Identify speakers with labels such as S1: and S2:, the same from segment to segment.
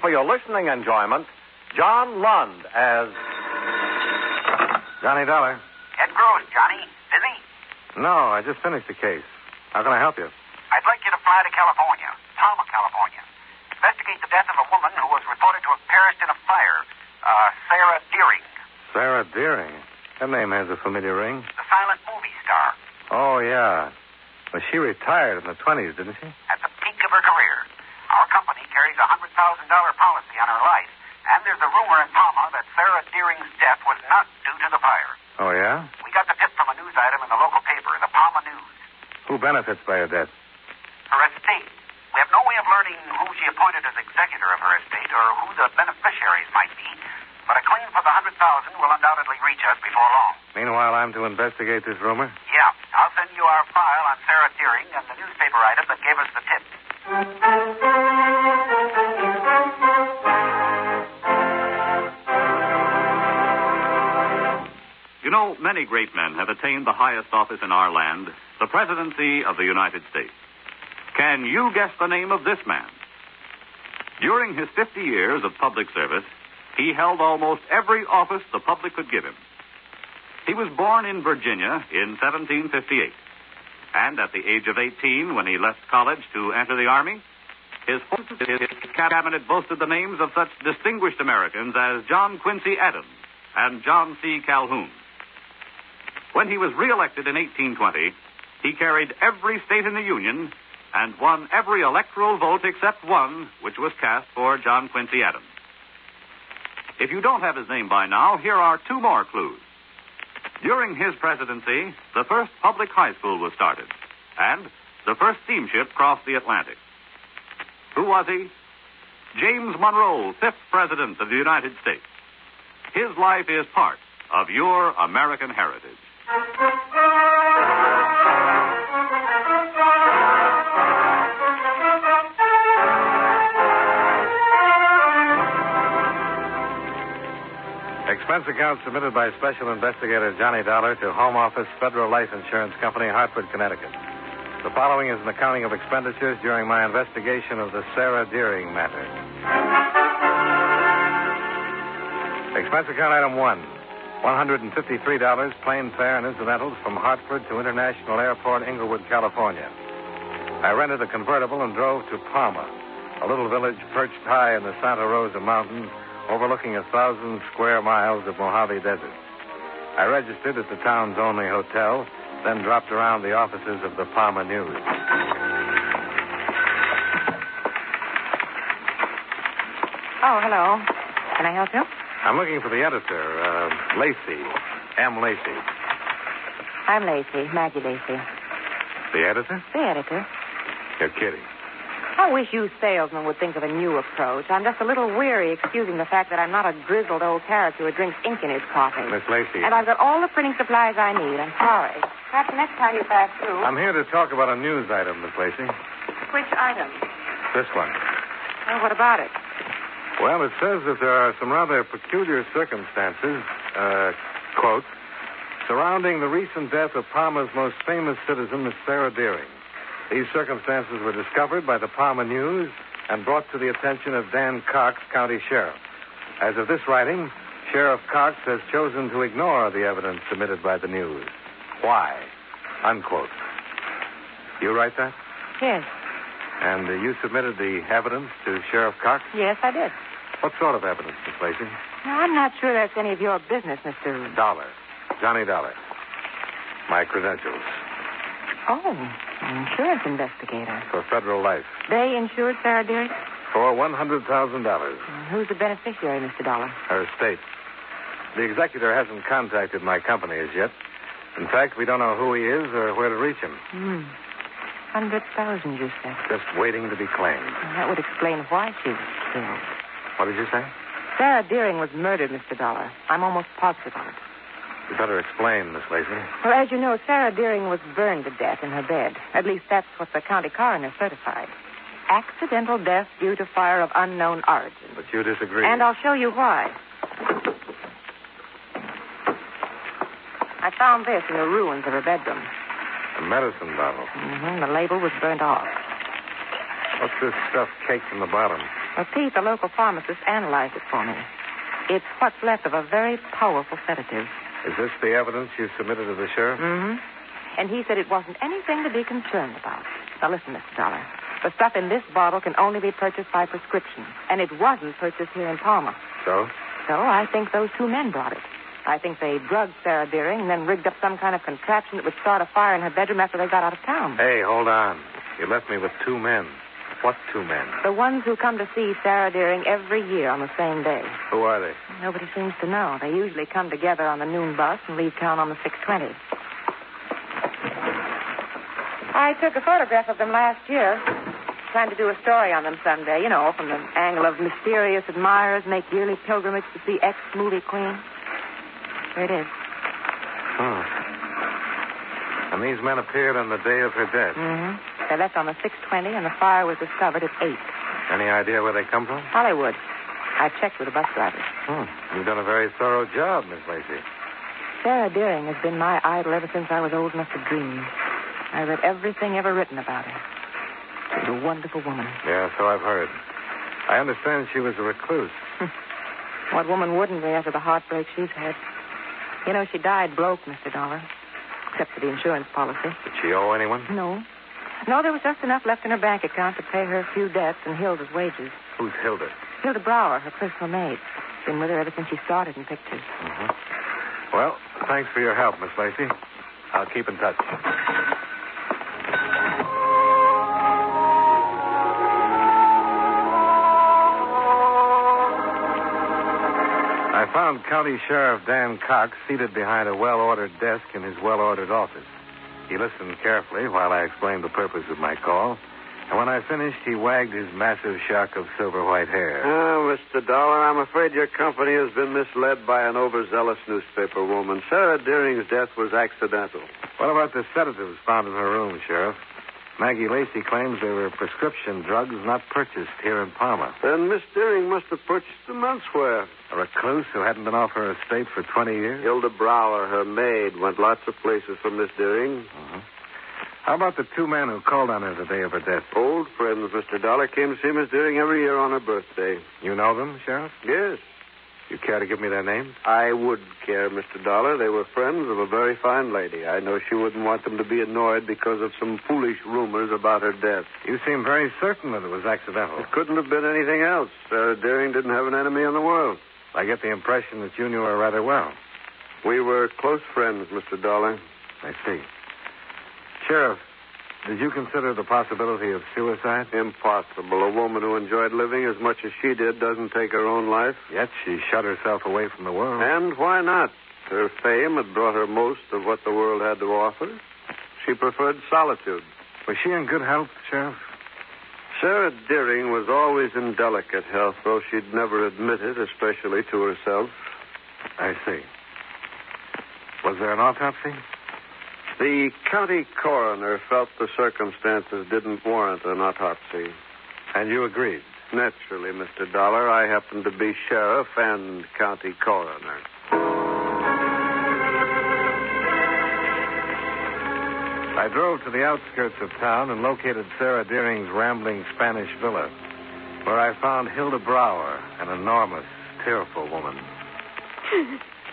S1: for your listening enjoyment, John Lund as. Johnny Dollar.
S2: Ed Gross, Johnny. Busy?
S1: No, I just finished the case. How can I help you?
S2: I'd like you to fly to California, Palma, California. Investigate the death of a woman who was reported to have perished in a fire, uh, Sarah Deering,
S1: Sarah Deering. That name has a familiar ring.
S2: the silent movie star,
S1: Oh, yeah. Well, she retired in the 20s, didn't she?
S2: at the peak of her career. Our company carries a $100,000 policy on her life, and there's a rumor in Palma that Sarah Deering's death was not due to the fire.
S1: Oh, yeah?
S2: We got the tip from a news item in the local paper, the Palma News.
S1: Who benefits by her death?
S2: Her estate. We have no way of learning who she appointed as executor of her estate or who the beneficiaries might be, but a claim for the 100000 will undoubtedly reach us before long.
S1: Meanwhile, I'm to investigate this rumor.
S2: Yeah, I'll send you our file on Sarah Deering and the newspaper item that gave us the tip.
S3: You know, many great men have attained the highest office in our land, the presidency of the United States. Can you guess the name of this man? During his 50 years of public service, he held almost every office the public could give him. He was born in Virginia in 1758. And at the age of 18, when he left college to enter the Army, his, his cabinet boasted the names of such distinguished Americans as John Quincy Adams and John C. Calhoun. When he was reelected in 1820, he carried every state in the Union and won every electoral vote except one, which was cast for John Quincy Adams. If you don't have his name by now, here are two more clues. During his presidency, the first public high school was started, and the first steamship crossed the Atlantic. Who was he? James Monroe, fifth president of the United States. His life is part of your American heritage.
S1: Expense account submitted by Special Investigator Johnny Dollar to Home Office Federal Life Insurance Company, Hartford, Connecticut. The following is an accounting of expenditures during my investigation of the Sarah Deering matter. Expense account item one $153 plane fare and incidentals from Hartford to International Airport, Inglewood, California. I rented a convertible and drove to Palma, a little village perched high in the Santa Rosa Mountains, overlooking a thousand square miles of Mojave Desert. I registered at the town's only hotel, then dropped around the offices of the Palma News.
S4: Oh, hello. Can I help you?
S1: I'm looking for the editor, uh, Lacey, M. Lacey.
S4: I'm Lacey, Maggie Lacey,
S1: The editor?
S4: the editor.
S1: You're kidding.
S4: I wish you salesmen would think of a new approach. I'm just a little weary excusing the fact that I'm not a grizzled old character who drinks ink in his coffee.
S1: Miss Lacey.
S4: And I've got all the printing supplies I need. I'm sorry. Perhaps the next time you pass through.
S1: I'm here to talk about a news item, Miss Lacey.
S4: Which item?
S1: This one.
S4: Well, what about it?
S1: Well, it says that there are some rather peculiar circumstances, uh, quote, surrounding the recent death of Palmer's most famous citizen, Miss Sarah Deering. These circumstances were discovered by the Palmer News and brought to the attention of Dan Cox, county sheriff. As of this writing, Sheriff Cox has chosen to ignore the evidence submitted by the news. Why? Unquote. You write that?
S4: Yes.
S1: And uh, you submitted the evidence to Sheriff Cox?
S4: Yes, I did.
S1: What sort of evidence, Miss Lacey?
S4: Now, I'm not sure that's any of your business, Mr.
S1: Dollar. Johnny Dollar. My credentials
S4: Oh, an insurance investigator.
S1: for federal life
S4: They insured Sarah Deering?
S1: for $100,000.
S4: Who's the beneficiary, Mr. Dollar?
S1: Her estate. The executor hasn't contacted my company as yet. In fact, we don't know who he is or where to reach him.
S4: Hmm. Hundred thousand, you said.
S1: Just waiting to be claimed.
S4: That would explain why she was killed.
S1: What did you say?
S4: Sarah Deering was murdered, Mr. Dollar. I'm almost positive on it.
S1: You better explain, Miss Lacey.
S4: Well, as you know, Sarah Deering was burned to death in her bed. At least that's what the county coroner certified. Accidental death due to fire of unknown origin.
S1: But you disagree.
S4: And I'll show you why. I found this in the ruins of her bedroom. Mm-hmm,
S1: A medicine bottle.
S4: hmm The label was burnt off.
S1: What's this stuff caked in the bottom?
S4: Well, Pete, the local pharmacist, analyzed it for me. It's what's left of a very powerful sedative.
S1: Is this the evidence you submitted to the sheriff?
S4: Mm-hmm. And he said it wasn't anything to be concerned about. Now, listen, Mr. Dollar. The stuff in this bottle can only be purchased by prescription, and it wasn't purchased here in Palmer.
S1: So?
S4: So I think those two men brought it. I think they drugged Sarah Deering and then rigged up some kind of contraption that would start a fire in her bedroom after they got out of town.
S1: Hey, hold on. You left me with two men. What two men?
S4: The ones who come to see Sarah Deering every year on the same day.
S1: Who are they?
S4: Nobody seems to know. They usually come together on the noon bus and leave town on the 620. I took a photograph of them last year. Plan to do a story on them someday, you know, from the angle of mysterious admirers make yearly pilgrimage to see ex movie queen. Here it is.
S1: Hmm. And these men appeared on the day of her death.
S4: Mm-hmm. They left on the 620, and the fire was discovered at 8.
S1: Any idea where they come from?
S4: Hollywood. I checked with the bus driver.
S1: Hmm. You've done a very thorough job, Miss Lacey.
S4: Sarah Deering has been my idol ever since I was old enough to dream. I read everything ever written about her. She was a wonderful woman.
S1: Yeah, so I've heard. I understand she was a recluse.
S4: What woman wouldn't be after the heartbreak she's had? You know, she died broke, Mr. Dollar, except for the insurance policy.
S1: Did she owe anyone?
S4: No. No, there was just enough left in her bank account to pay her a few debts and Hilda's wages.
S1: Who's Hilda?
S4: Hilda Brower, her personal maid, been with her ever since she started in pictures.
S1: hmm Well, thanks for your help, Miss Lacey. I'll keep in touch. I found County Sheriff Dan Cox seated behind a well ordered desk in his well ordered office. He listened carefully while I explained the purpose of my call, and when I finished, he wagged his massive shock of silver white hair.
S5: Oh, Mr. Dollar, I'm afraid your company has been misled by an overzealous newspaper woman. Sarah Deering's death was accidental.
S1: What about the sedatives found in her room, Sheriff? Maggie Lacey claims they were prescription drugs not purchased here in Parma.
S5: Then Miss Deering must have purchased them elsewhere.
S1: A recluse who hadn't been off her estate for 20 years?
S5: Hilda Brower, her maid, went lots of places for Miss Deering.
S1: Mhm. How about the two men who called on her the day of her death?
S5: Old friends, Mr. Dollar, came to see Miss Deering every year on her birthday.
S1: You know them, Sheriff?
S5: Yes,
S1: You care to give me their names?
S5: I would care, Mr. Dollar. They were friends of a very fine lady. I know she wouldn't want them to be annoyed because of some foolish rumors about her death.
S1: You seem very certain that it was accidental.
S5: It couldn't have been anything else. Sarah Deering didn't have an enemy in the world.
S1: I get the impression that you knew her rather well.
S5: We were close friends, Mr. Dollar.
S1: I see. Sheriff, did you consider the possibility of suicide?
S5: Impossible. A woman who enjoyed living as much as she did doesn't take her own life.
S1: Yet she shut herself away from the world.
S5: And why not? Her fame had brought her most of what the world had to offer. She preferred solitude.
S1: Was she in good health, Sheriff?
S5: Sarah Deering was always in delicate health, though she'd never admit it, especially to herself.
S1: I see. Was there an autopsy?
S5: The county coroner felt the circumstances didn't warrant an autopsy.
S1: And you agreed.
S5: Naturally, Mr. Dollar, I happen to be sheriff and county coroner.
S1: I drove to the outskirts of town and located Sarah Deering's rambling Spanish villa, where I found Hilda Brower, an enormous, tearful woman.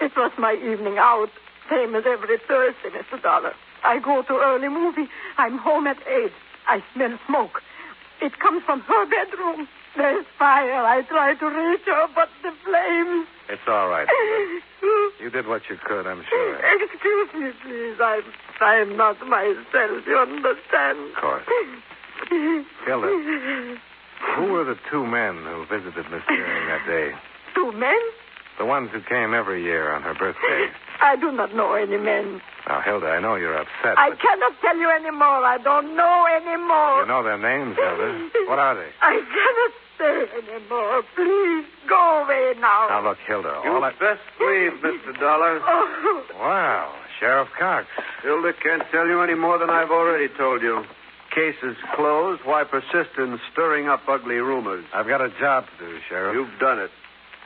S6: It was my evening out, same as every Thursday, Mr. Dollar. I go to early movie. I'm home at eight. I smell smoke. It comes from her bedroom. There's fire. I try to reach her, but the flames.
S1: It's all right. Hilda. You did what you could, I'm sure. Of
S6: Excuse me, please. I'm I'm not myself. You understand?
S1: course. Hilda, who were the two men who visited Miss Deering that day?
S6: Two men?
S1: The ones who came every year on her birthday.
S6: I do not know any men.
S1: Now, Hilda, I know you're upset,
S6: I
S1: but
S6: cannot tell you any more. I don't know any more.
S1: you know their names, Hilda. What are they?
S6: I cannot stay anymore. Please go away now.
S1: Now, look, Hilda,
S5: You
S1: all I...
S5: best leave, Mr. Dollar.
S6: Oh,
S1: Wow, Sheriff Cox.
S5: Hilda can't tell you any more than I've already told you. Case is closed. Why persist in stirring up ugly rumors?
S1: I've got a job to do, Sheriff.
S5: You've done it.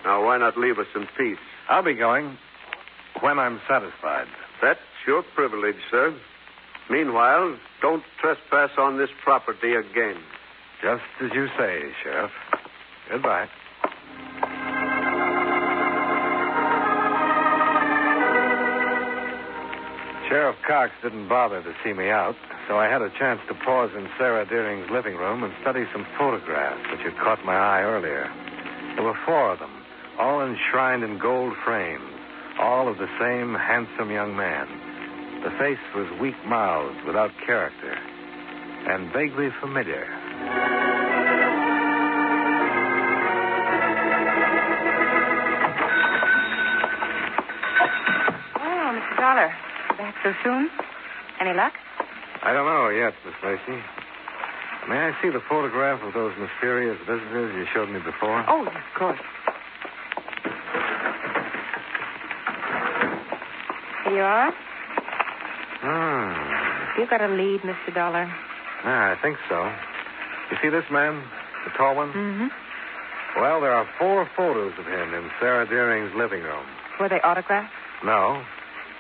S5: Now, why not leave us in peace?
S1: I'll be going when I'm satisfied.
S5: That's your privilege, sir. Meanwhile, don't trespass on this property again.
S1: Just as you say, Sheriff. Goodbye. Sheriff Cox didn't bother to see me out, so I had a chance to pause in Sarah Deering's living room and study some photographs which had caught my eye earlier. There were four of them, all enshrined in gold frames, all of the same handsome young man. The face was weak mouthed, without character, and vaguely familiar.
S4: Oh, Mr. Dollar, back so soon? Any luck?
S1: I don't know yet, Miss Lacey. May I see the photograph of those mysterious visitors you showed me before?
S4: Oh, yes, of course. Here you are.
S1: Hmm.
S4: You got a lead, Mr. Dollar.
S1: Yeah, Ah, I think so. You see this man? The tall one?
S4: Mm-hmm.
S1: Well, there are four photos of him in Sarah Deering's living room.
S4: Were they autographed?
S1: No,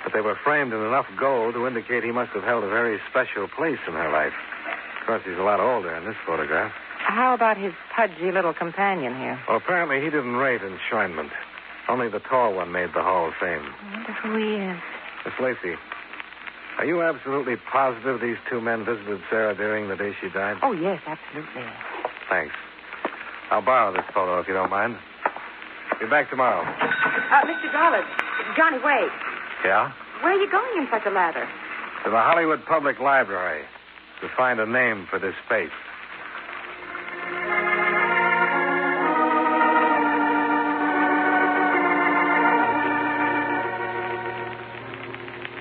S1: but they were framed in enough gold to indicate he must have held a very special place in her life. Of course, he's a lot older in this photograph.
S4: How about his pudgy little companion here?
S1: Well, apparently he didn't rate enshrinement. Only the tall one made the Hall of Fame.
S4: I wonder who he is.
S1: Miss Lacey, are you absolutely positive these two men visited Sarah Deering the day she died?
S4: Oh, yes, absolutely.
S1: Thanks. I'll borrow this photo if you don't mind. Be back tomorrow.
S4: Uh, Mr. Dollar, Johnny Wade,
S1: Yeah?
S4: where are you going in such a lather?
S1: To the Hollywood Public Library to find a name for this space.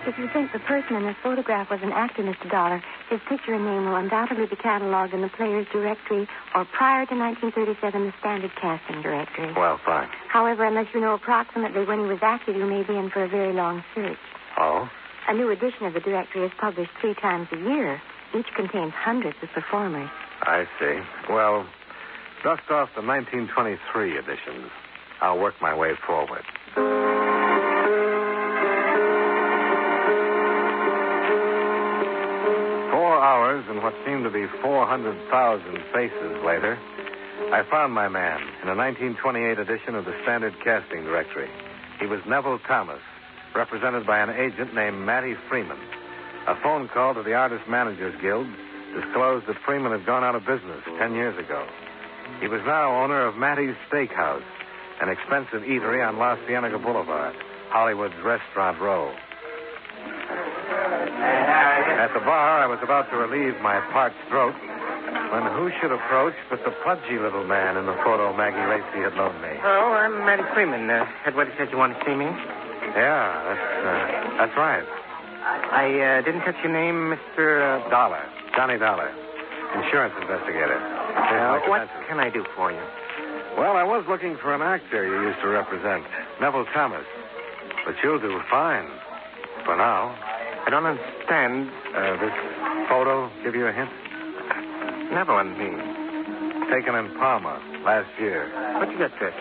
S7: If you think the person in this photograph was an actor, Mr. Dollar, his picture and name will undoubtedly be cataloged in the Players Directory or prior to 1937, the Standard Casting Directory.
S1: Well, fine.
S7: However, unless you know approximately when he was active, you may be in for a very long search.
S1: Oh?
S7: A new edition of the directory is published three times a year. Each contains hundreds of performers.
S1: I see. Well, dust off the 1923 editions. I'll work my way forward. Four hours and what seemed to be 400,000 faces later, I found my man in a 1928 edition of the Standard Casting Directory. He was Neville Thomas, represented by an agent named Matty Freeman. A phone call to the Artist Managers Guild disclosed that Freeman had gone out of business ten years ago. He was now owner of Matty's Steakhouse, an expensive eatery on La Cienega Boulevard, Hollywood's Restaurant Row. At the bar, I was about to relieve my parched throat when who should approach but the pudgy little man in the photo Maggie Lacey had loaned me.
S8: Hello, Oh, I'm Matty Freeman. Uh, Headwaiter said you wanted to see me.
S1: Yeah, that's, uh, that's right.
S8: I uh, didn't catch your name, Mr. Uh,
S1: Dollar. Johnny Dollar. Insurance investigator. Here's my
S8: Uh, what
S1: credentials.
S8: can I do for you?
S1: Well, I was looking for an actor you used to represent, Neville Thomas. But you'll do fine. For now.
S8: I don't understand.
S1: Uh, this photo give you a hint?
S8: Neville and me.
S1: Taken in Parma last year.
S8: What you got this?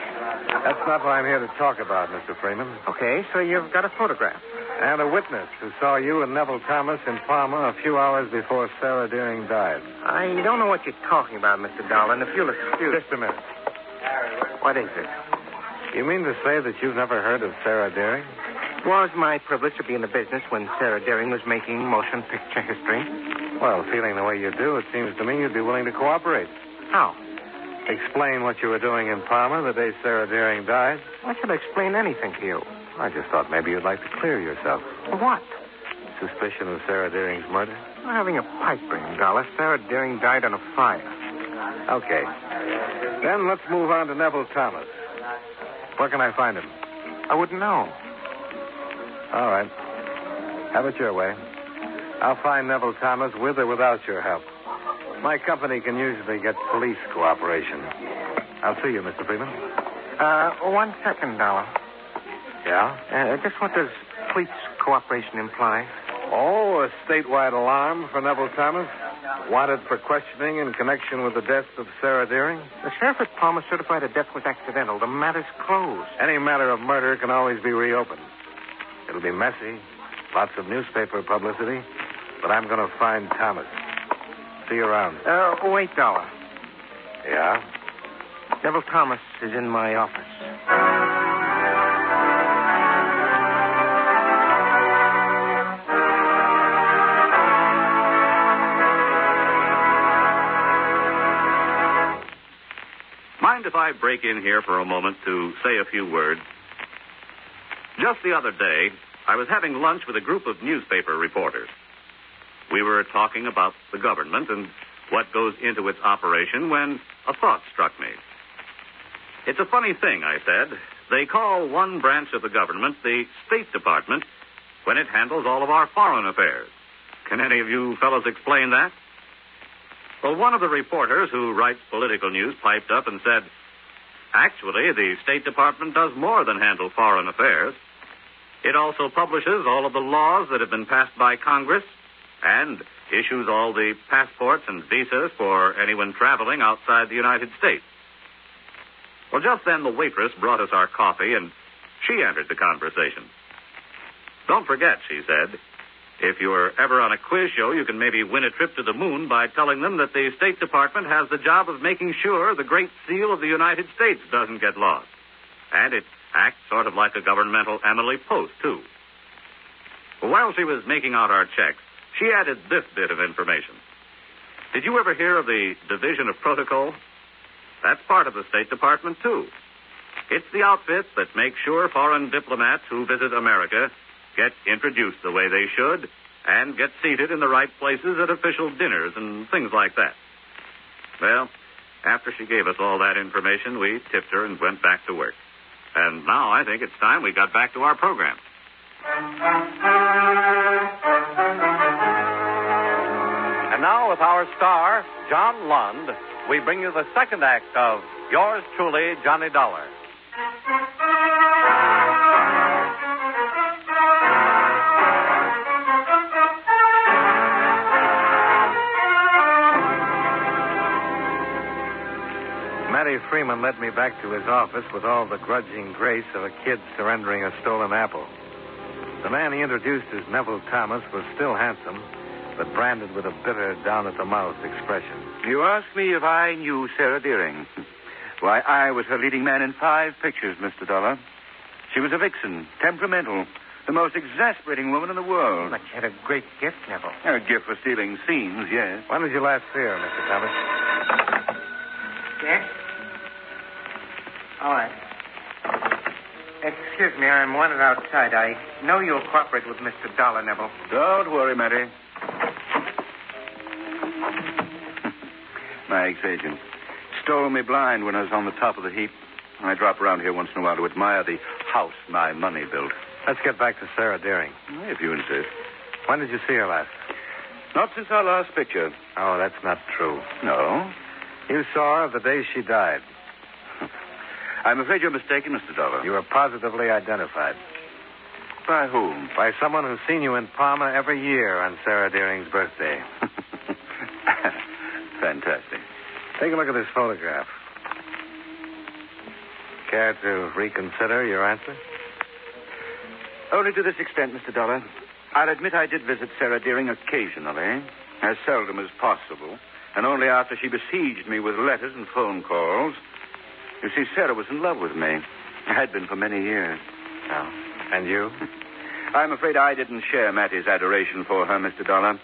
S1: That's not what I'm here to talk about, Mr. Freeman.
S8: Okay, so you've got a photograph.
S1: And a witness who saw you and Neville Thomas in Parma a few hours before Sarah Deering died.
S8: I don't know what you're talking about, Mr. Dolan. If you'll excuse
S1: Just a minute.
S8: What is it?
S1: You mean to say that you've never heard of Sarah Deering?
S8: It was my privilege to be in the business when Sarah Deering was making motion picture history.
S1: Well, feeling the way you do, it seems to me you'd be willing to cooperate.
S8: How?
S1: Explain what you were doing in Parma the day Sarah Deering died.
S8: Why should I explain anything to you?
S1: I just thought maybe you'd like to clear yourself.
S8: What?
S1: Suspicion of Sarah Deering's murder?
S8: I'm having a pipe dream, Dollar. Sarah Deering died on a fire.
S1: Okay. Then let's move on to Neville Thomas. Where can I find him?
S8: I wouldn't know.
S1: All right. Have it your way. I'll find Neville Thomas with or without your help. My company can usually get police cooperation. I'll see you, Mr. Freeman.
S8: Uh, one second, Dollar.
S1: Yeah?
S8: Uh, just what does police cooperation imply?
S1: Oh, a statewide alarm for Neville Thomas? Wanted for questioning in connection with the death of Sarah Deering?
S8: The sheriff at Palmer certified the death was accidental. The matter's closed.
S1: Any matter of murder can always be reopened. It'll be messy, lots of newspaper publicity, but I'm going to find Thomas. See you around.
S8: Uh, wait, Dollar.
S1: Yeah?
S8: Neville Thomas is in my office.
S3: Mind if I break in here for a moment to say a few words? Just the other day, I was having lunch with a group of newspaper reporters. We were talking about the government and what goes into its operation when a thought struck me. It's a funny thing, I said. They call one branch of the government the State Department when it handles all of our foreign affairs. Can any of you fellows explain that? Well, one of the reporters who writes political news piped up and said, Actually, the State Department does more than handle foreign affairs. It also publishes all of the laws that have been passed by Congress and issues all the passports and visas for anyone traveling outside the United States. Well, just then the waitress brought us our coffee and she entered the conversation. Don't forget, she said, if you're ever on a quiz show, you can maybe win a trip to the moon by telling them that the State Department has the job of making sure the Great Seal of the United States doesn't get lost. And it acts sort of like a governmental Emily Post, too. While she was making out our checks, she added this bit of information. Did you ever hear of the Division of Protocol? That's part of the State Department, too. It's the outfit that makes sure foreign diplomats who visit America get introduced the way they should and get seated in the right places at official dinners and things like that. Well, after she gave us all that information, we tipped her and went back to work. And now I think it's time we got back to our program.
S9: And now, with our star, John Lund, we bring you the second act of Yours Truly, Johnny Dollar.
S1: Matty Freeman led me back to his office with all the grudging grace of a kid surrendering a stolen apple. The man he introduced as Neville Thomas was still handsome, but branded with a bitter, down at the mouth expression.
S10: You ask me if I knew Sarah Deering. Why, I was her leading man in five pictures, Mr. Dollar. She was a vixen, temperamental, the most exasperating woman in the world.
S8: But she had a great gift, Neville.
S10: A gift for stealing scenes, yes.
S1: When did you last see her, Mr. Thomas?
S8: Yes? All right. Excuse me, I'm wanted outside. I know you'll cooperate with Mr. Dollar, Neville.
S10: Don't worry, Matty. My ex-agent stole me blind when I was on the top of the heap. I drop around here once in a while to admire the house my money built.
S1: Let's get back to Sarah Deering.
S10: If you insist.
S1: When did you see her last?
S10: Not since our last picture.
S1: Oh, that's not true.
S10: No.
S1: You saw her the day she died.
S10: I'm afraid you're mistaken, Mr. Dollar.
S1: You were positively identified
S10: By whom?
S1: by someone who's seen you in Palmer every year on Sarah Deering's birthday.
S10: Fantastic.
S1: Take a look at this photograph. Care to reconsider your answer?
S10: Only to this extent, Mr. Dollar. I'll admit I did visit Sarah Deering occasionally, as seldom as possible, and only after she besieged me with letters and phone calls. You see, Sarah was in love with me. Had been for many years.
S1: And you?
S10: I'm afraid I didn't share Mattie's adoration for her, Mr. Dollar.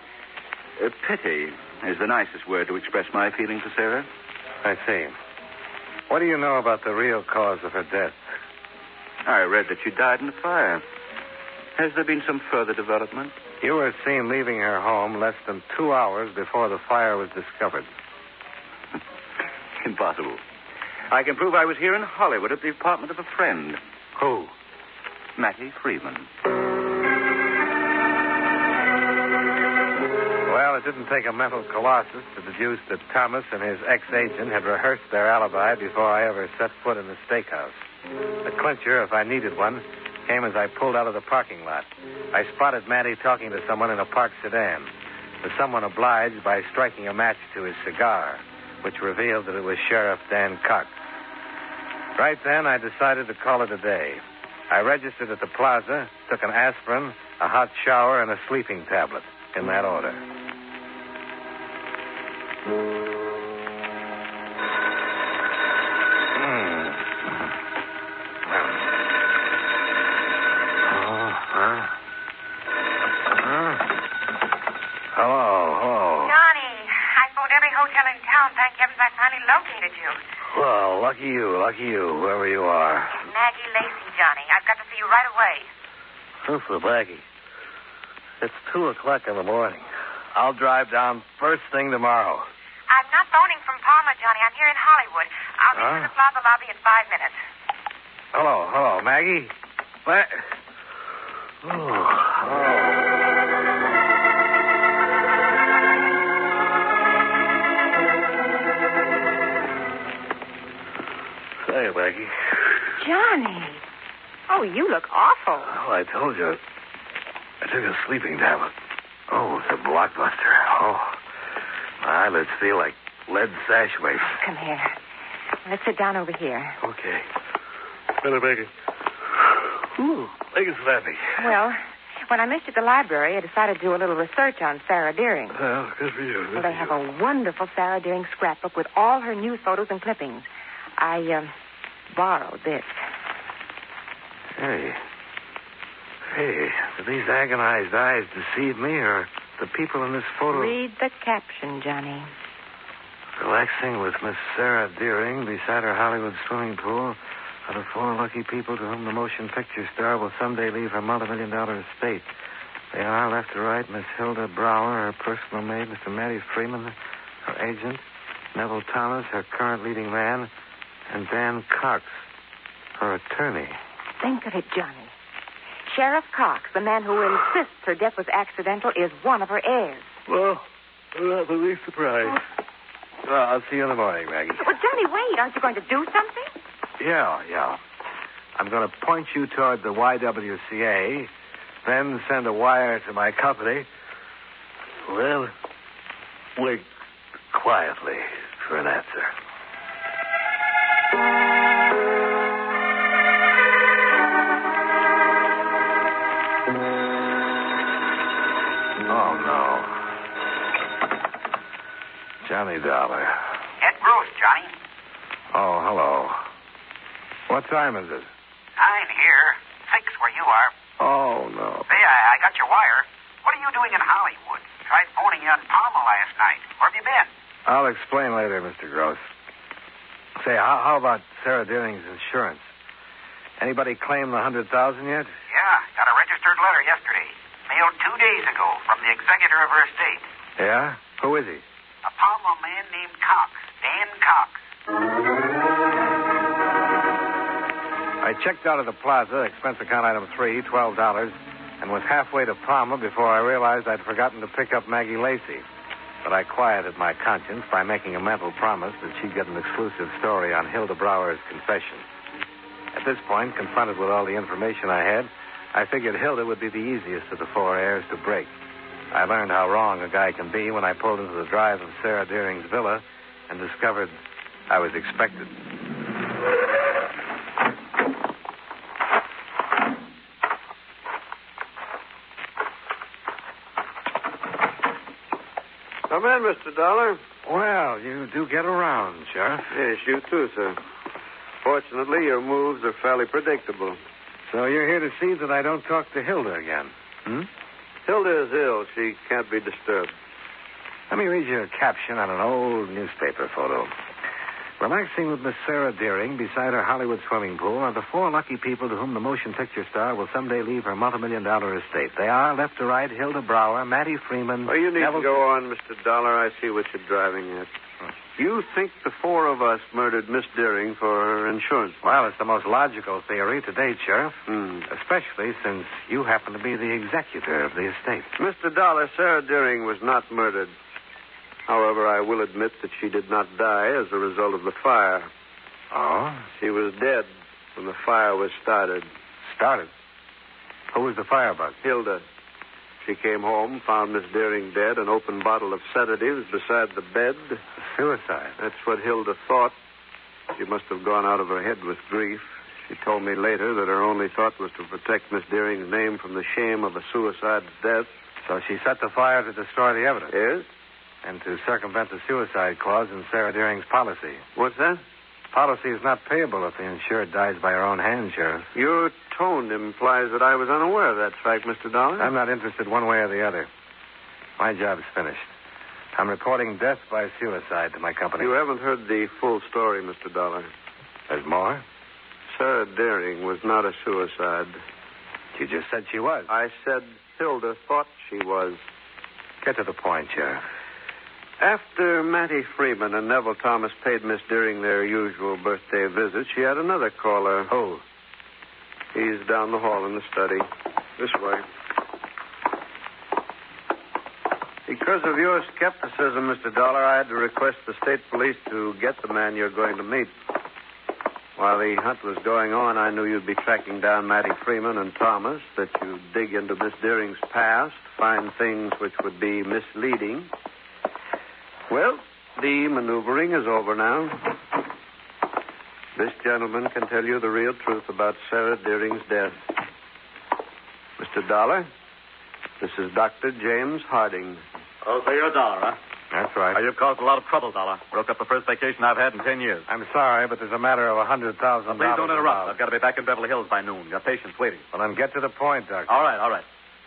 S10: Uh, pity is the nicest word to express my feeling for Sarah.
S1: I see. What do you know about the real cause of her death?
S10: I read that she died in a fire. Has there been some further development?
S1: You were seen leaving her home less than two hours before the fire was discovered.
S10: Impossible. I can prove I was here in Hollywood at the apartment of a friend,
S1: Who?
S10: Mattie Freeman.
S1: Well, it didn't take a mental colossus to deduce that Thomas and his ex agent had rehearsed their alibi before I ever set foot in the steakhouse. The clincher, if I needed one, came as I pulled out of the parking lot. I spotted Matty talking to someone in a parked sedan. The someone obliged by striking a match to his cigar, which revealed that it was Sheriff Dan Cox. Right then, I decided to call it a day. I registered at the plaza, took an aspirin, a hot shower, and a sleeping tablet, in that order.
S10: Lucky you, lucky you, wherever you are.
S11: Maggie Lacey, Johnny. I've got to see you right away.
S12: Who for Blackie? It's two o'clock in the morning. I'll drive down first thing tomorrow.
S11: I'm not phoning from Palmer, Johnny. I'm here in Hollywood. I'll be
S12: Huh?
S11: to the Plaza Lobby in five minutes.
S12: Hello, hello, Maggie. What?
S10: Say, Blackie.
S4: Johnny. Oh, you look awful.
S10: Oh, I told you. I took a sleeping tablet. Oh, it's a blockbuster. Oh, my eyelids feel like lead sash waves.
S4: Come here. Let's sit down over here.
S10: Okay. Better, Blackie. Ooh, Blackie's flappy.
S4: Well, when I missed you at the library, I decided to do a little research on Sarah Deering.
S10: Well, good for you.
S4: Well, they have a wonderful Sarah Deering scrapbook with all her news photos and clippings. I um, borrowed this.
S1: Hey. Hey, do these agonized eyes deceive me or the people in this photo
S4: Read the caption, Johnny.
S1: relaxing with Miss Sarah Deering beside her Hollywood swimming pool are the four lucky people to whom the motion picture star will someday leave her multi-million dollar estate. They are, left to right, Miss Hilda Brower, her personal maid, Mr. Matty Freeman, her agent, Neville Thomas, her current leading man, and Dan Cox, her attorney.
S4: Think of it, Johnny. Sheriff Cox, the man who insists her death was accidental, is one of her heirs.
S1: Well, I'm not the least surprised. Well, I'll see you in the morning, Maggie.
S4: Well, Johnny, wait. Aren't you going to do something?
S1: Yeah, yeah. I'm going to point you toward the YWCA, then send a wire to my company. Well, wait quietly for an answer. Oh, no. Johnny Dollar.
S2: Ed Bruce, Johnny.
S1: Oh, hello. What time is it?
S2: I'm here. Six where you are.
S1: Oh, no.
S2: Say, I, I got your wire. What are you doing in Hollywood? Tried phoning you in Palma last night. Where have you been?
S1: I'll explain later, Mr. Gross. Say, how, how about Sarah Deering's insurance? Anybody claim the 100000 yet?
S2: Yeah, got a registered letter yesterday. Mailed two days ago from the executor of her estate.
S1: Yeah? Who is he?
S2: A Palma man named Cox. Dan Cox.
S1: I checked out of the plaza, expense account item three, twelve dollars, and was halfway to Palma before I realized I'd forgotten to pick up Maggie Lacey. But I quieted my conscience by making a mental promise that she'd get an exclusive story on Hilda Brower's confession. At this point, confronted with all the information I had, I figured Hilda would be the easiest of the four heirs to break. I learned how wrong a guy can be when I pulled into the drive of Sarah Deering's villa and discovered I was expected.
S5: Come in, Mr. Dollar.
S1: Well, you do get around, Sheriff.
S5: Yes, you too, sir. Fortunately, your moves are fairly predictable.
S1: So you're here to see that I don't talk to Hilda again. Hmm?
S5: Hilda is ill. She can't be disturbed.
S1: Let me read you a caption on an old newspaper photo. Relaxing with Miss Sarah Deering beside her Hollywood swimming pool are the four lucky people to whom the motion picture star will someday leave her multimillion dollar estate. They are, left to right, Hilda Brower, Mattie Freeman.
S5: Oh, you need
S1: Neville-
S5: to go on, Mr. Dollar. I see what you're driving at. You think the four of us murdered Miss Deering for her insurance?
S1: Well, it's the most logical theory to date, Sheriff.
S5: Hmm.
S1: Especially since you happen to be the executor of the estate.
S5: Mr. Dollar, Sarah Deering was not murdered. However, I will admit that she did not die as a result of the fire.
S1: Oh?
S5: She was dead when the fire was started.
S1: Started? Who was the firebug?
S5: Hilda. She came home, found Miss Deering dead, an open bottle of sedatives beside the bed.
S1: Suicide.
S5: That's what Hilda thought. She must have gone out of her head with grief. She told me later that her only thought was to protect Miss Deering's name from the shame of a suicide's death.
S1: So she set the fire to destroy the evidence.
S5: Yes?
S1: and to circumvent the suicide clause in Sarah Deering's policy.
S5: What's that?
S1: Policy is not payable if the insured dies by her own hand, Sheriff.
S5: Your tone implies that I was unaware of that fact, Mr.
S3: Hmm.
S5: Dollar.
S1: I'm not interested one way or the other. My job's finished. I'm reporting death by suicide to my company.
S5: You haven't heard the full story, Mr. Dollar. There's more? Sarah Deering was not a suicide.
S13: You just said she was.
S5: I said Hilda thought she was.
S13: Get to the point, Sheriff.
S5: After Mattie Freeman and Neville Thomas paid Miss Deering their usual birthday visit, she had another caller.
S13: Oh.
S5: He's down the hall in the study. This way. Because of your skepticism, Mr. Dollar, I had to request the state police to get the man you're going to meet. While the hunt was going on, I knew you'd be tracking down Mattie Freeman and Thomas, that you'd dig into Miss Deering's past, find things which would be misleading. Well, the maneuvering is over now. This gentleman can tell you the real truth about Sarah Deering's death. Mr. Dollar, this is Dr. James Harding.
S3: Oh, so you're a dollar, huh?
S1: That's right.
S3: Oh, you've caused a lot of trouble, Dollar. Broke up the first vacation I've had in ten years.
S1: I'm sorry, but there's a matter of a hundred thousand
S3: Please
S1: dollars.
S3: don't interrupt. I've got to be back in Beverly Hills by noon. Your patient's waiting.
S1: Well, then get to the point, Doctor.
S3: All right, all right.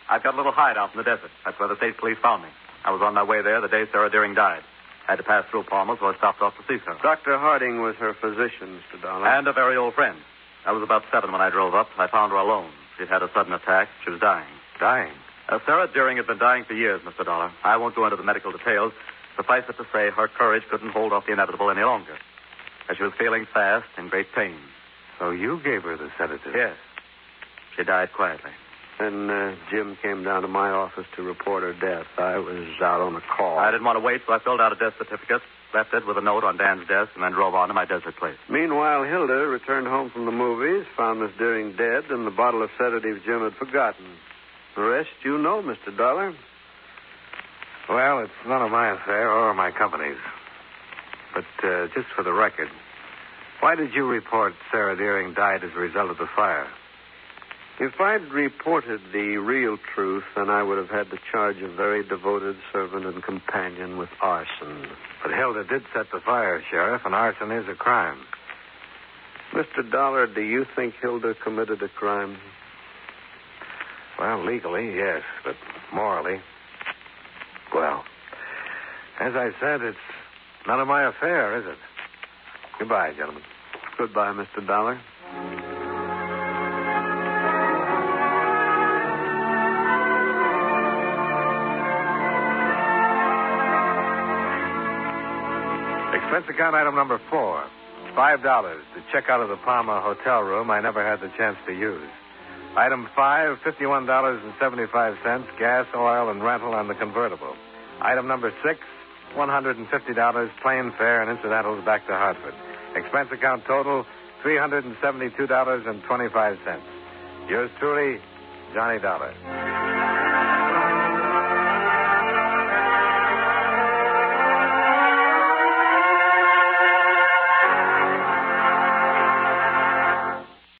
S3: I've got a little hideout in the desert. That's where the state police found me. I was on my way there the day Sarah Deering died. I had to pass through Palmer, so I stopped off to see her.
S5: Dr. Harding was her physician, Mr. Dollar.
S3: And a very old friend. I was about seven when I drove up, and I found her alone. She'd had a sudden attack. She was dying.
S1: Dying.
S3: Uh, Sarah Deering had been dying for years, Mr. Dollar. I won't go into the medical details. Suffice it to say, her courage couldn't hold off the inevitable any longer. And she was failing fast, in great pain.
S1: So you gave her the sedative.
S3: Yes. She died quietly.
S5: Then uh, Jim came down to my office to report her death. I was out on a call.
S3: I didn't want to wait, so I filled out a death certificate, left it with a note on Dan's desk, and then drove on to my desert place.
S5: Meanwhile, Hilda returned home from the movies, found Miss Deering dead, and the bottle of sedative Jim had forgotten. The rest you know, Mr. Dollar.
S1: Well, it's none of my affair or my company's. But uh, just for the record, why did you report Sarah Deering died as a result of the fire?
S5: If I'd reported the real truth, then I would have had to charge a very devoted servant and companion with arson.
S1: But Hilda did set the fire, Sheriff, and arson is a crime.
S5: Mr. Dollar, do you think Hilda committed a crime?
S1: Well, legally, yes, but morally. Well, as I said, it's none of my affair, is it? Goodbye, gentlemen.
S5: Goodbye, Mr. Dollar.
S1: Expense account item number four. Five dollars to check out of the Palma hotel room I never had the chance to use. Item five, fifty-one dollars and seventy-five cents, gas, oil, and rental on the convertible. Item number six, one hundred and fifty dollars, plane fare and incidentals back to Hartford. Expense account total, three hundred and seventy-two dollars and twenty-five cents. Yours truly, Johnny Dollar.